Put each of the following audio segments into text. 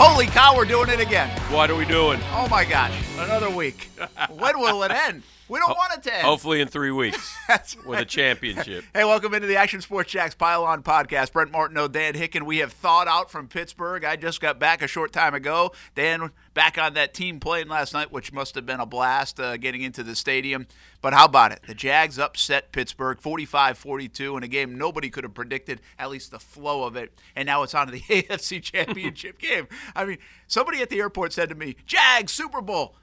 Holy cow, we're doing it again. What are we doing? Oh my gosh, another week. When will it end? We don't want it to end. Hopefully in three weeks That's with a championship. Hey, welcome into the Action Sports Jacks Pile On Podcast. Brent Martineau, Dan Hicken. We have thawed out from Pittsburgh. I just got back a short time ago. Dan back on that team playing last night, which must have been a blast uh, getting into the stadium. But how about it? The Jags upset Pittsburgh 45 42 in a game nobody could have predicted, at least the flow of it. And now it's on to the AFC Championship game. I mean, somebody at the airport said to me, Jags, Super Bowl.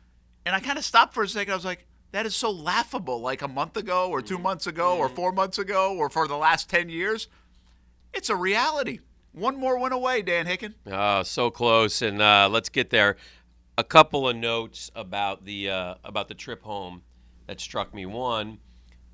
And I kind of stopped for a second. I was like, that is so laughable. Like a month ago, or Mm-hmm. 2 months ago, or four months ago, or for the last 10 years. It's a reality. One more win away, Dan Hicken. Uh, so close, and uh, let's get there. A couple of notes about the uh, about the trip home that struck me. One,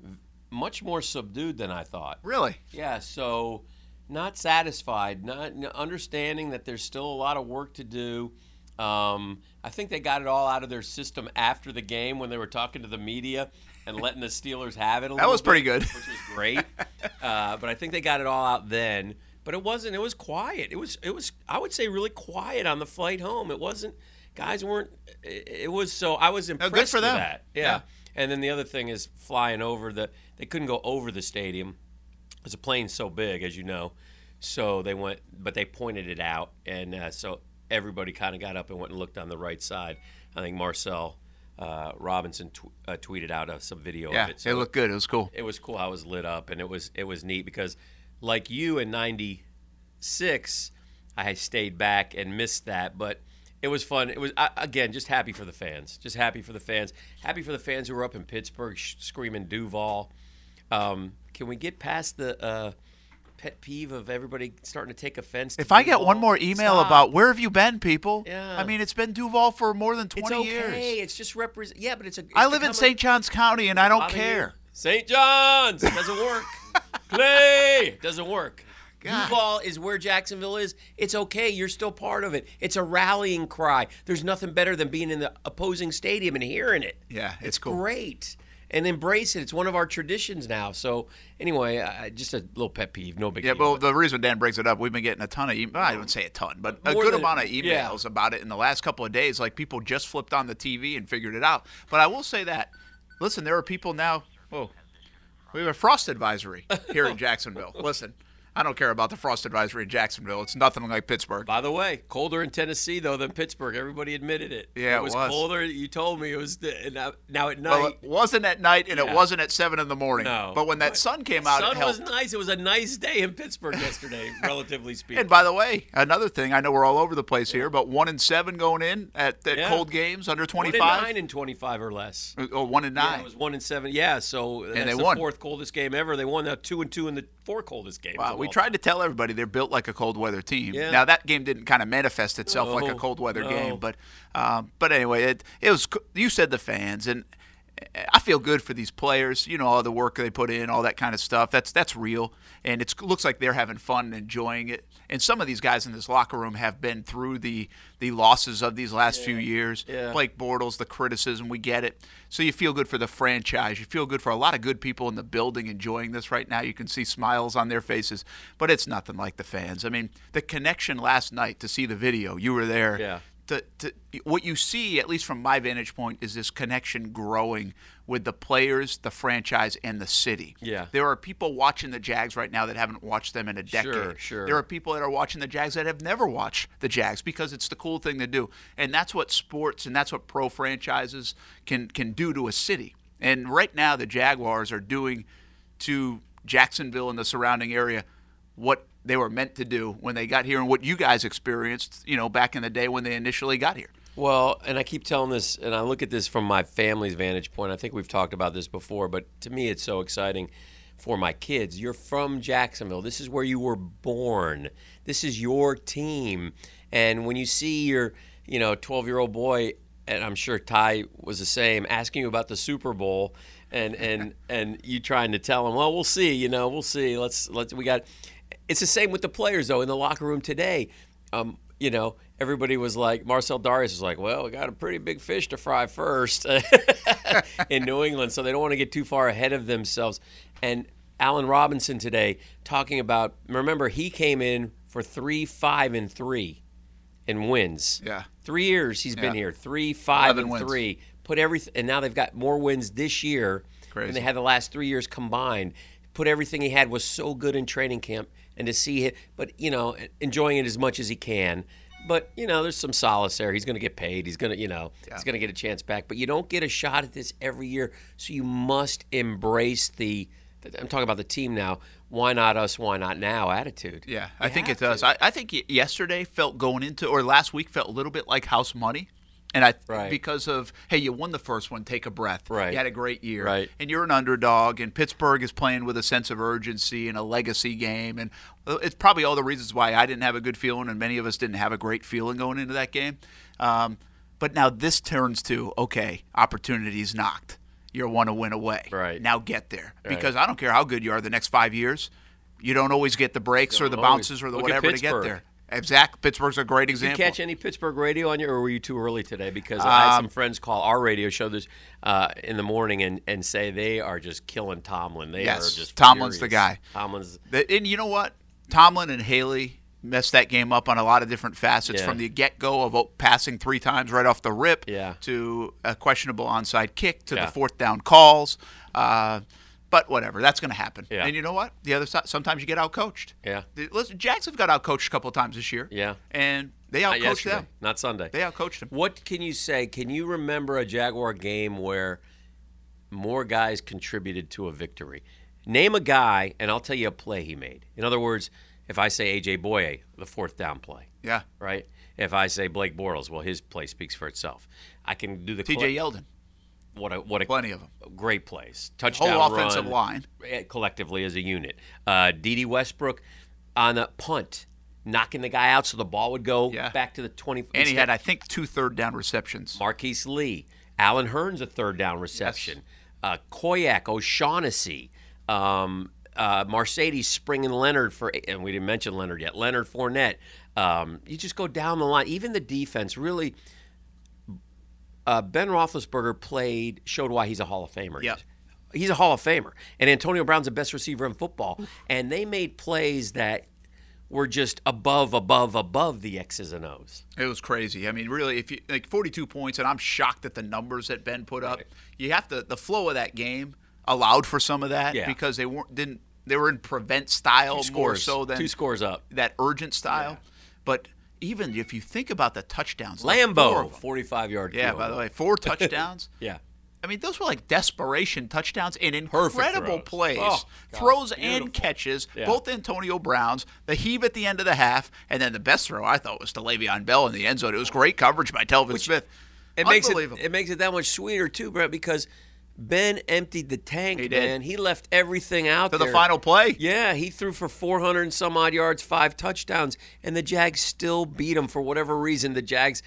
v- much more subdued than I thought. Really? Yeah, so not satisfied, not n- understanding that there's still a lot of work to do. Um, I think they got it all out of their system after the game when they were talking to the media and letting the Steelers have it. A That was pretty good. which was great. uh, but I think they got it all out then. But it wasn't. It was quiet. It was. It was. I would say really quiet on the flight home. It wasn't. Guys weren't. It, it was so. I was impressed for with them. that. Yeah. Yeah. And then the other thing is flying over the. They couldn't go over the stadium because the plane's so big, as you know. So they went, but they pointed it out, and uh, so everybody kind of got up and went and looked on the right side. I think Marcel uh, Robinson tw- uh, tweeted out uh, some video Yeah, of it. it looked good. It was cool. it was cool. I was lit up, and it was it was neat because, like you in '96, I stayed back and missed that, but it was fun. It was I, again just happy for the fans, just happy for the fans, happy for the fans who were up in Pittsburgh sh- screaming Duval. Um, can we get past the uh, pet peeve of everybody starting to take offense? To If I get Duval? one more email Stop. about where have you been, people? Yeah. I mean, it's been Duval for more than 20 it's okay, years. it's just represent. Yeah, but it's a. It's I live in become a- St. John's County and I don't bother you. care. St. John's doesn't work. Clay doesn't work. God. Duval is where Jacksonville is. It's okay. You're still part of it. It's a rallying cry. There's nothing better than being in the opposing stadium and hearing it. Yeah, it's cool. Great. And embrace it. It's one of our traditions now. So anyway, I, I- just a little pet peeve. No big Yeah, deal. well, the reason Dan brings it up, we've been getting a ton of emails. I wouldn't say a ton, but a More good than- amount of emails yeah. about it in the last couple of days. Like people just flipped on the TV and figured it out. But I will say that, listen, there are people now. Oh, we have a frost advisory here in Jacksonville. Listen, I don't care about the frost advisory in Jacksonville. It's nothing like Pittsburgh. By the way, colder in Tennessee though than Pittsburgh. Everybody admitted it. Yeah, it was, was. colder. You told me it was. The, and now, now at night. Well, it wasn't at night and it Yeah. wasn't at seven in the morning. No. But when that But sun came out, it sun helped. was nice. It was a nice day in Pittsburgh yesterday, relatively speaking. And by the way, another thing, I know we're all over the place here, but one and seven going in at, at Yeah. cold games under one in 25. nine and twenty-five or less. Oh, one and Yeah, nine. it was one and seven. Yeah, so that's they the won. fourth coldest game ever. They won the two and two in the four coldest games. Wow, of we all tried to tell everybody they're built like a cold weather team. Yeah. Now that game didn't kind of manifest itself like a No, cold weather no. game, but um, but anyway, it it was. co- You said the fans, and I feel good for these players. You know all the work they put in, all that kind of stuff. That's that's real, and it looks like they're having fun and enjoying it. And some of these guys in this locker room have been through the the losses of these last few years. Yeah. Blake Bortles, the criticism, we get it. So you feel good for the franchise. You feel good for a lot of good people in the building enjoying this right now. You can see smiles on their faces, but it's nothing like the fans. I mean, the connection last night to see the video, you were there. Yeah. To, to, what you see, at least from my vantage point, is this connection growing with the players, the franchise, and the city. Yeah. There are people watching the Jags right now that haven't watched them in a decade. Sure, sure. There are people that are watching the Jags that have never watched the Jags because it's the cool thing to do. And that's what sports and that's what pro franchises can can do to a city. And right now the Jaguars are doing to Jacksonville and the surrounding area what they were meant to do when they got here and what you guys experienced, you know, back in the day when they initially got here. Well, and I keep telling this, and I look at this from my family's vantage point. I think we've talked about this before, but to me, it's so exciting for my kids. You're from Jacksonville. This is where you were born. This is your team. And when you see your, you know, 12 year old boy, and I'm sure Ty was the same, asking you about the Super Bowl, and and and you trying to tell him, well, we'll see. You know, we'll see. Let's let's we got. It's the same with the players though in the locker room today um, you know, everybody was like, Marcel Darius was like, well, we got a pretty big fish to fry first in New England, so they don't want to get too far ahead of themselves. And Allen Robinson today talking about, remember, he came in for three, five, and three and wins. Yeah. Three years he's been Yeah. here. Three, five, 11 and wins. three. Put everything, and now they've got more wins this year Crazy. than they had the last three years combined. Put everything he had was so good in training camp, and to see it, but you know, enjoying it as much as he can. But you know, there's some solace there. He's going to get paid. He's going to, you know, he's going to get a chance back. But you don't get a shot at this every year, so you must embrace the. I'm talking about the team now. Why not us? Why not now? Attitude. Yeah, You I think have it does. to. I, I think y- yesterday felt going into, or last week felt a little bit like house money. And I, Right. because of, hey, you won the first one, take a breath. Right. You had a great year. Right. And you're an underdog, and Pittsburgh is playing with a sense of urgency and a legacy game. And uh, it's probably all the reasons why I didn't have a good feeling, and many of us didn't have a great feeling going into that game. Um, but now this turns to, okay, opportunity's knocked. You're one to win away. Right. Now get there. Because I don't care how good you are the next five years, you don't always get the breaks or the Always. bounces or the Oh, Look at whatever to get Pittsburgh. there. Exact. Pittsburgh's a great Did you example. Um, catch any Pittsburgh radio on you, or were you too early today? Because I had some friends call our radio show this uh, in the morning and, and say they are just killing Tomlin. They Yes, are just Tomlin's the furious. guy. Tomlin's The- and you know what? Tomlin and Haley messed that game up on a lot of different facets Yeah. from the get go of oh, passing three times right off the rip Yeah. to a questionable onside kick to Yeah. the fourth down calls. Uh, but whatever, that's going to happen. Yeah. And you know what? The other side, sometimes you get outcoached. Yeah. The- Listen, Jackson's got outcoached a couple of times this year. Yeah. And they not outcoached yesterday, them. not Sunday. They outcoached them. What can you say? Can you remember a Jaguar game where more guys contributed to a victory? Name a guy, and I'll tell you a play he made. In other words, if I say AJ Boye, the fourth down play, Yeah. right? If I say Blake Bortles, well, his play speaks for itself. I can do the TJ collect- Yeldon, what a what a plenty of them. great plays. Touchdown Whole offensive run, line. eh, collectively as a unit. Uh, D.D. Westbrook on a punt, knocking the guy out so the ball would go Yeah. back to the twenty. And he had, I think, two third down receptions. Marquise Lee, Alan Hearns a third down reception, uh, Koyak O'Shaughnessy, um, uh, Mercedes springing Leonard for, and we didn't mention Leonard yet. Leonard Fournette. Um, you just go down the line. Even the defense really. Uh, ben Roethlisberger played showed why he's a Hall of Famer. Yep. He's a Hall of Famer, and Antonio Brown's the best receiver in football. And they made plays that were just above, above, above the X's and O's. It was crazy. I mean, really, if you like 42 points, and I'm shocked at the numbers that Ben put up. You have to the flow of that game allowed for some of that Yeah. because they weren't didn't they were in prevent style more so than two scores up. that urgent style. But even if you think about the touchdowns, like four Lambo, of them. 45 yard. yeah. field By the goal. way, four touchdowns. Yeah. I mean, those were like desperation touchdowns and Perfect incredible throws. plays. Oh, God. throws Beautiful. and catches, Yeah. both Antonio Browns, the heave at the end of the half, and then the best throw I thought was to Le'Veon Bell in the end zone. It was great coverage by Telvin Smith. It makes it, Unbelievable. it makes it that much sweeter too, Brett, because Ben emptied the tank, He did. man. He left everything out to there. the final play. Yeah, he threw for 400 and some odd yards, five touchdowns, and the Jags still beat him for whatever reason. The Jags,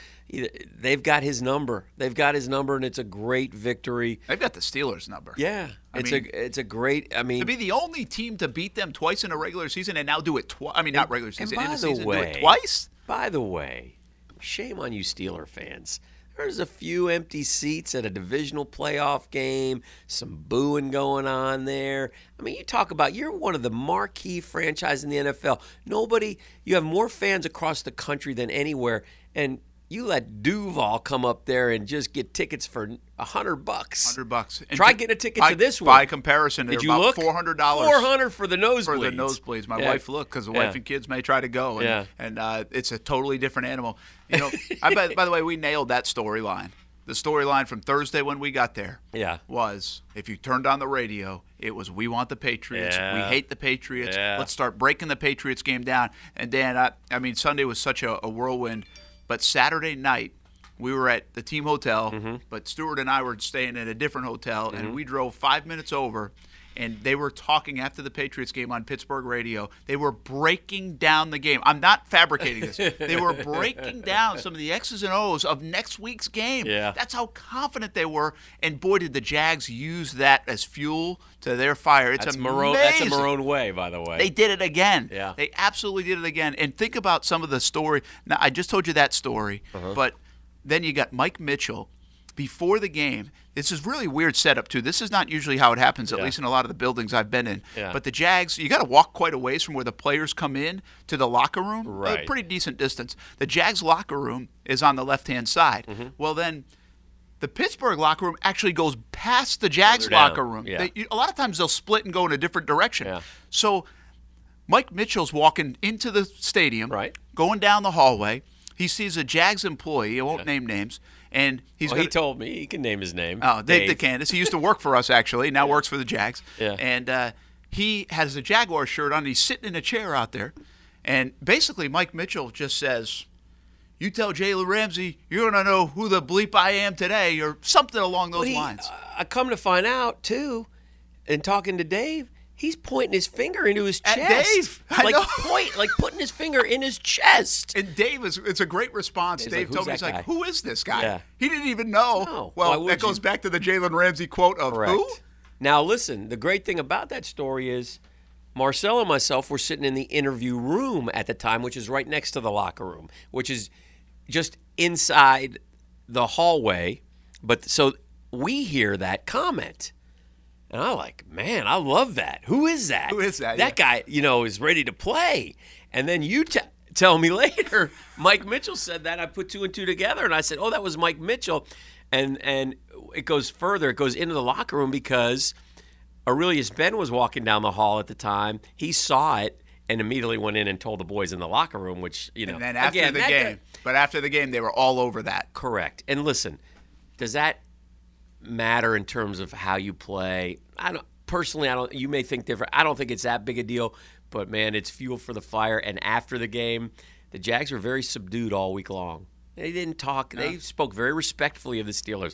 they've got his number. They've got his number, and it's a great victory. They've got the Steelers number. Yeah, I it's mean- a it's a great. I mean, To be the only team to beat them twice in a regular season and now do it twice. I mean, not regular And season, by end of the season, do way, it twice? By the way, shame on you Steeler fans. There's a few empty seats at a divisional playoff game, some booing going on there. I mean, you talk about you're one of the marquee franchise in the NFL. Nobody, you have more fans across the country than anywhere, and you let Duval come up there and just get tickets for a hundred bucks. 100 bucks. And Try to- getting a ticket by- to this one. By comparison, they're Did you about look? $400. Four hundred for the nosebleeds. for the nosebleeds. My Yeah. wife looked because the Yeah. wife and kids may try to go, and, Yeah. and uh, it's a totally different animal. You know, I bet. By the way, we nailed that storyline. The storyline from Thursday when we got there, Yeah. was if you turned on the radio, it was we want the Patriots, Yeah. we hate the Patriots. Yeah. Let's start breaking the Patriots game down. And Dan, I, I mean, Sunday was such a, a whirlwind, but Saturday night. We were at the team hotel, Mm-hmm. but Stuart and I were staying at a different hotel, and we drove five minutes over, and they were talking after the Patriots game on Pittsburgh radio. They were breaking down the game. I'm not fabricating this. they were breaking down some of the X's and O's of next week's game. Yeah. That's how confident they were. And boy, did the Jags use that as fuel to their fire. It's That's amazing. Marone, that's a Marone way, by the way. They did it again. Yeah. They absolutely did it again. And think Uh-huh. about some of the story. Now, I just told you that story, but then you got Mike Mitchell before the game. This is really weird setup too. This is not usually how it happens, at Yeah. least in a lot of the buildings I've been in. Yeah. But the Jags, you got to walk quite a ways from where the players come in to the locker room. Right. A pretty decent distance. The Jags locker room is on the left hand side. Mm-hmm. Well, then the Pittsburgh locker room actually goes past the Jags Further down. locker room. Yeah. They- you- a lot of times they'll split and go in a different direction. Yeah. So Mike Mitchell's walking into the stadium, Right. going down the hallway. He sees a Jags employee. I won't name names, and he's Well, gonna, Oh, he told me he can name his name. Oh, Dave, DeCandis. He used to work for us actually. Now works for the Jags. Yeah. And uh, he has a Jaguar shirt on. And he's sitting in a chair out there, and basically Mike Mitchell just says, "You tell Jalen Ramsey you're gonna know who the bleep I am today," or something along those But he- lines. I- I come to find out too, and talking to Dave, he's pointing his finger into his At chest. Dave, I like know. point, like putting his finger in his chest. And Dave is it's a great response. He's Dave like, told me he's "Who's that like, guy?" Who is this guy? Yeah. He didn't even know. No. Why Well, would that goes you? back to the Jalen Ramsey quote of who? Now listen, the great thing about that story is Marcel and myself were sitting in the interview room at the time, which is right next to the locker room, which is just inside the hallway. But so we hear that comment. And I like, man, I love that. Who is that? Who is that? That guy, you know, is ready to play. And then you t- tell me later, Mike Mitchell said that. I put two and two together, and I said, oh, that was Mike Mitchell. And and it goes further. It goes into the locker room because Aurelius Ben was walking down the hall at the time. He saw it and immediately went in and told the boys in the locker room, which you know. And then after again, the that game. guy- but after the game they were all over that. Correct. And listen, does that matter in terms of how you play? I don't personally. I don't. You may think different. I don't think it's that big a deal. But man, it's fuel for the fire. And after the game, the Jags were very subdued all week long. They didn't talk. They spoke very respectfully of the Steelers.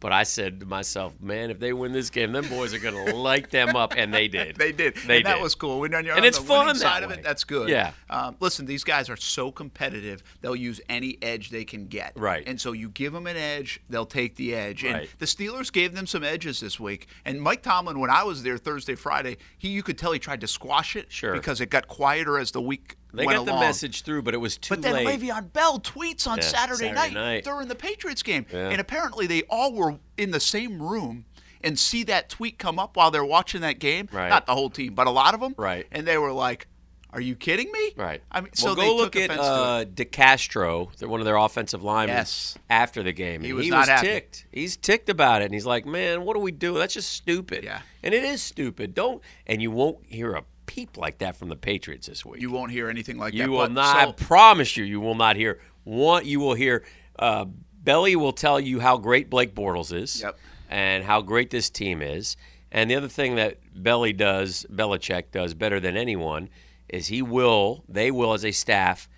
But I said to myself, man, if they win this game, them boys are going to light them up, and they did. They did. They and did. that was cool. When you're on And the it's fun winning that side of way. it, that's good. Yeah. Um, listen, these guys are so competitive, they'll use any edge they can get. Right. And so you give them an edge, they'll take the edge. And Right. the Steelers gave them some edges this week. And Mike Tomlin, when I was there Thursday, Friday, he you could tell he tried to squash it Sure. because it got quieter as the week They went got the along. message through, but it was too But then late. Le'Veon Bell tweets on Yeah, Saturday, Saturday night, night. during the Patriots game, Yeah. and apparently they all were in the same room and see that tweet come up while they're watching that game. Right. Not the whole team, but a lot of them. Right. And they were like, "Are you kidding me?" Right. I mean, so well, go they look took at offense to it. uh, DeCastro, they're one of their offensive linemen. Yes. After the game, He And was not happy. ticked. He's ticked about it, and he's like, "Man, what do we do? That's just stupid." Yeah. And it is stupid. Don't. And you won't hear a peep like that from the Patriots this week. You won't hear anything like that. You will but- not. I so- promise you, you will not hear one. You will hear. Uh, Belly will tell you how great Blake Bortles is, Yep. and how great this team is. And the other thing that Belly does, Belichick does better than anyone, is he will, they will, as a staff,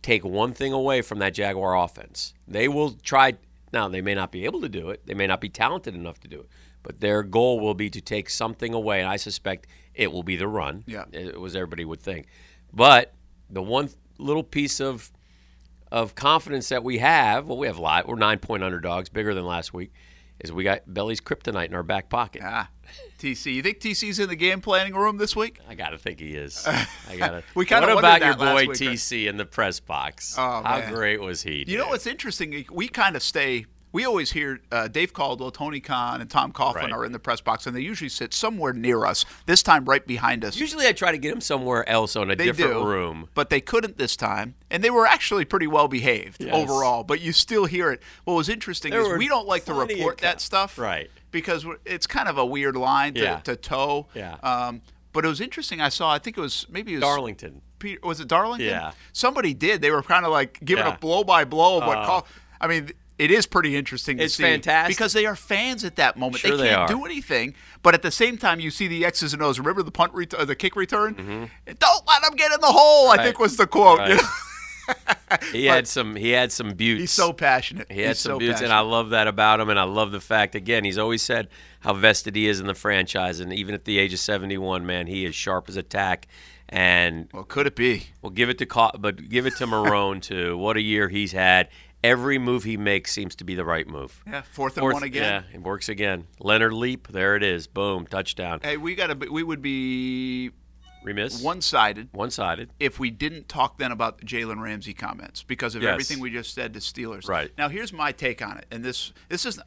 take one thing away from that Jaguar offense. They will try. Now they may not be able to do it. They may not be talented enough to do it. But their goal will be to take something away, and I suspect it will be the run Yeah. it was everybody would think. But the one little piece of of confidence that we have, well, we have a lot. We're nine point underdogs, bigger than last week, is we got Belly's kryptonite in our back pocket. Ah, TC. You think TC's in the game planning room this week? I gotta think he is. I gotta. We kinda What wondered about that your last boy week, right? TC in the press box? Oh, How man. great was he? You know what's interesting? We kind of stay. We always hear uh, Dave Caldwell, Tony Khan, and Tom Coughlin Right. are in the press box, and they usually sit somewhere near us. This time, right behind us. Usually, I try to get him somewhere else on a They different do, room. but they couldn't this time, and they were actually pretty well behaved Yes. overall. But you still hear it. What was interesting There is were we don't like to plenty of report co- that stuff, Right. Because we're- it's kind of a weird line to, Yeah. to toe. Yeah. Um, but it was interesting. I saw. I think it was maybe it was Darlington. Peter, was it Darlington? Yeah. Somebody did. They were kind of like giving Yeah. Uh, a blow by blow of what call. I mean, it is pretty interesting It's to see fantastic. because they are fans at that moment. Sure they can't are. do anything, but at the same time, you see the X's and O's. Remember the punt, ret- or the kick return. Don't let them get in the hole. I think Mm-hmm. Right. was the quote. Right. He had some. He had some beauties. He's so passionate. He had He's some so dudes, passionate. and I love that about him. And I love the fact, again, he's always said how vested he is in the franchise. And even at the age of 71, man, he is sharp as a tack. And well, could it be? we'll give it to, Co- but give it to Marone too. What a year he's had! Every move he makes seems to be the right move. Yeah, fourth and Fourth- one again. Yeah, it works again. Leonard leap, there it is, boom, touchdown. Hey, we gotta. Be, we would be remiss, one sided one sided. if we didn't talk then about the Jalen Ramsey comments because of Yes. everything we just said to Steelers. Right. Now here's my take on it, and this this is.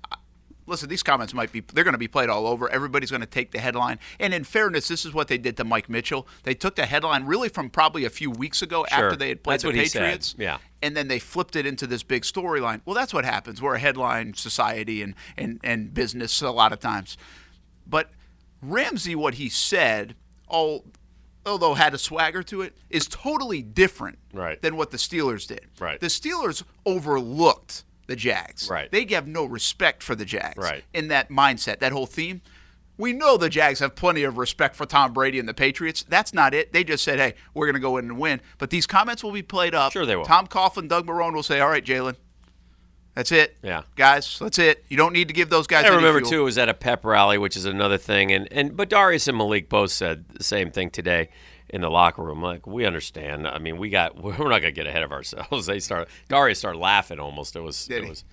Listen, these comments might be, they're going to be played all over. Everybody's going to take the headline. And in fairness, this is what they did to Mike Mitchell. They took the headline really from probably a few weeks ago Sure. after they had played That's the what he said. Patriots. Yeah. And then they flipped it into this big storyline. Well, that's what happens. We're a headline society and, and, and business a lot of times. But Ramsey, what he said, all, although had a swagger to it, is totally different Right. than what the Steelers did. Right. The Steelers overlooked the Jags. Right. They have no respect for the Jags Right. in that mindset, that whole theme. We know the Jags have plenty of respect for Tom Brady and the Patriots. That's not it. They just said, hey, we're going to go in and win. But these comments will be played up. Sure they will. Tom Coughlin, Doug Marone will say, all right, Jalen, that's it. Yeah. Guys, that's it. You don't need to give those guys I any remember fuel. too it was at a pep rally, which is another thing. And and but Darius and Malik both said the same thing today in the locker room. Like we understand. I mean, we got we're not gonna get ahead of ourselves. They start Darius started laughing almost. It was Did it he? was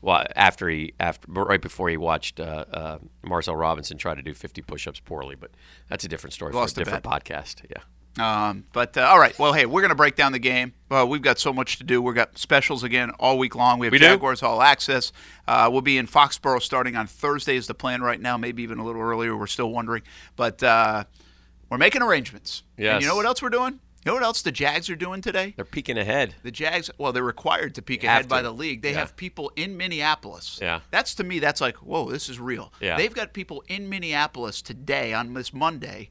well after he after but right before he watched uh, uh, Marcel Robinson try to do 50 push-ups poorly. But that's a different story Lost for a a different podcast. Yeah. Um, but uh, all right, well, hey, we're going to break down the game. Uh, we've got so much to do. We've got specials again all week long. We have We do? Jaguars All Access. Uh, we'll be in Foxborough starting on Thursday is the plan right now. Maybe even a little earlier. We're still wondering, but uh, we're making arrangements. And Yes. you know what else we're doing? You know what else the Jags are doing today? They're peeking ahead. The Jags, well, they're required to peek have ahead by to. the league. They Yeah. have people in Minneapolis. Yeah. That's to me, that's like, whoa, this is real. Yeah. They've got people in Minneapolis today on this Monday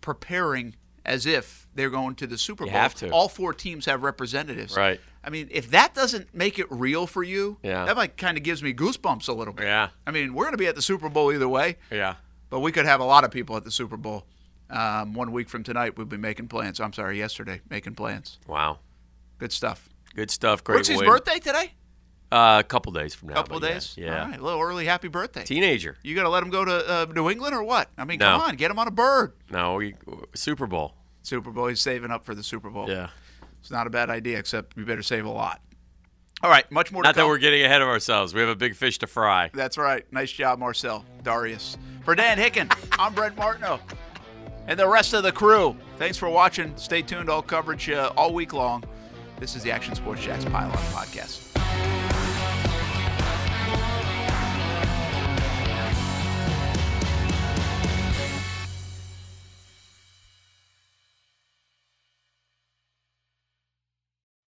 preparing as if they're going to the Super Bowl. have to. All four teams have representatives. Right. I mean, if that doesn't make it real for you, Yeah. that like kind of gives me goosebumps a little bit. Yeah. I mean, we're going to be at the Super Bowl either way Yeah. but we could have a lot of people at the Super Bowl. Um, one week from tonight, we'll be making plans. I'm sorry, yesterday, making plans. Wow. Good stuff. Good stuff. Great. Brooksie's win. birthday today? Uh, a couple days from now. couple of but yeah. days? Yeah. All right, a little early happy birthday. Teenager. you going to let him go to uh, New England or what? I mean, No. come on, get him on a bird. No, we, Super Bowl. Super Bowl, he's saving up for the Super Bowl. Yeah. It's not a bad idea, except you better save a lot. All right, much more Not to come. that we're getting ahead of ourselves. We have a big fish to fry. That's right. Nice job, Marcel, Darius. For Dan Hicken, I'm Brent Martineau and the rest of the crew. Thanks for watching. Stay tuned. All coverage uh, all week long. This is the Action Sports Jacks Pylon Podcast.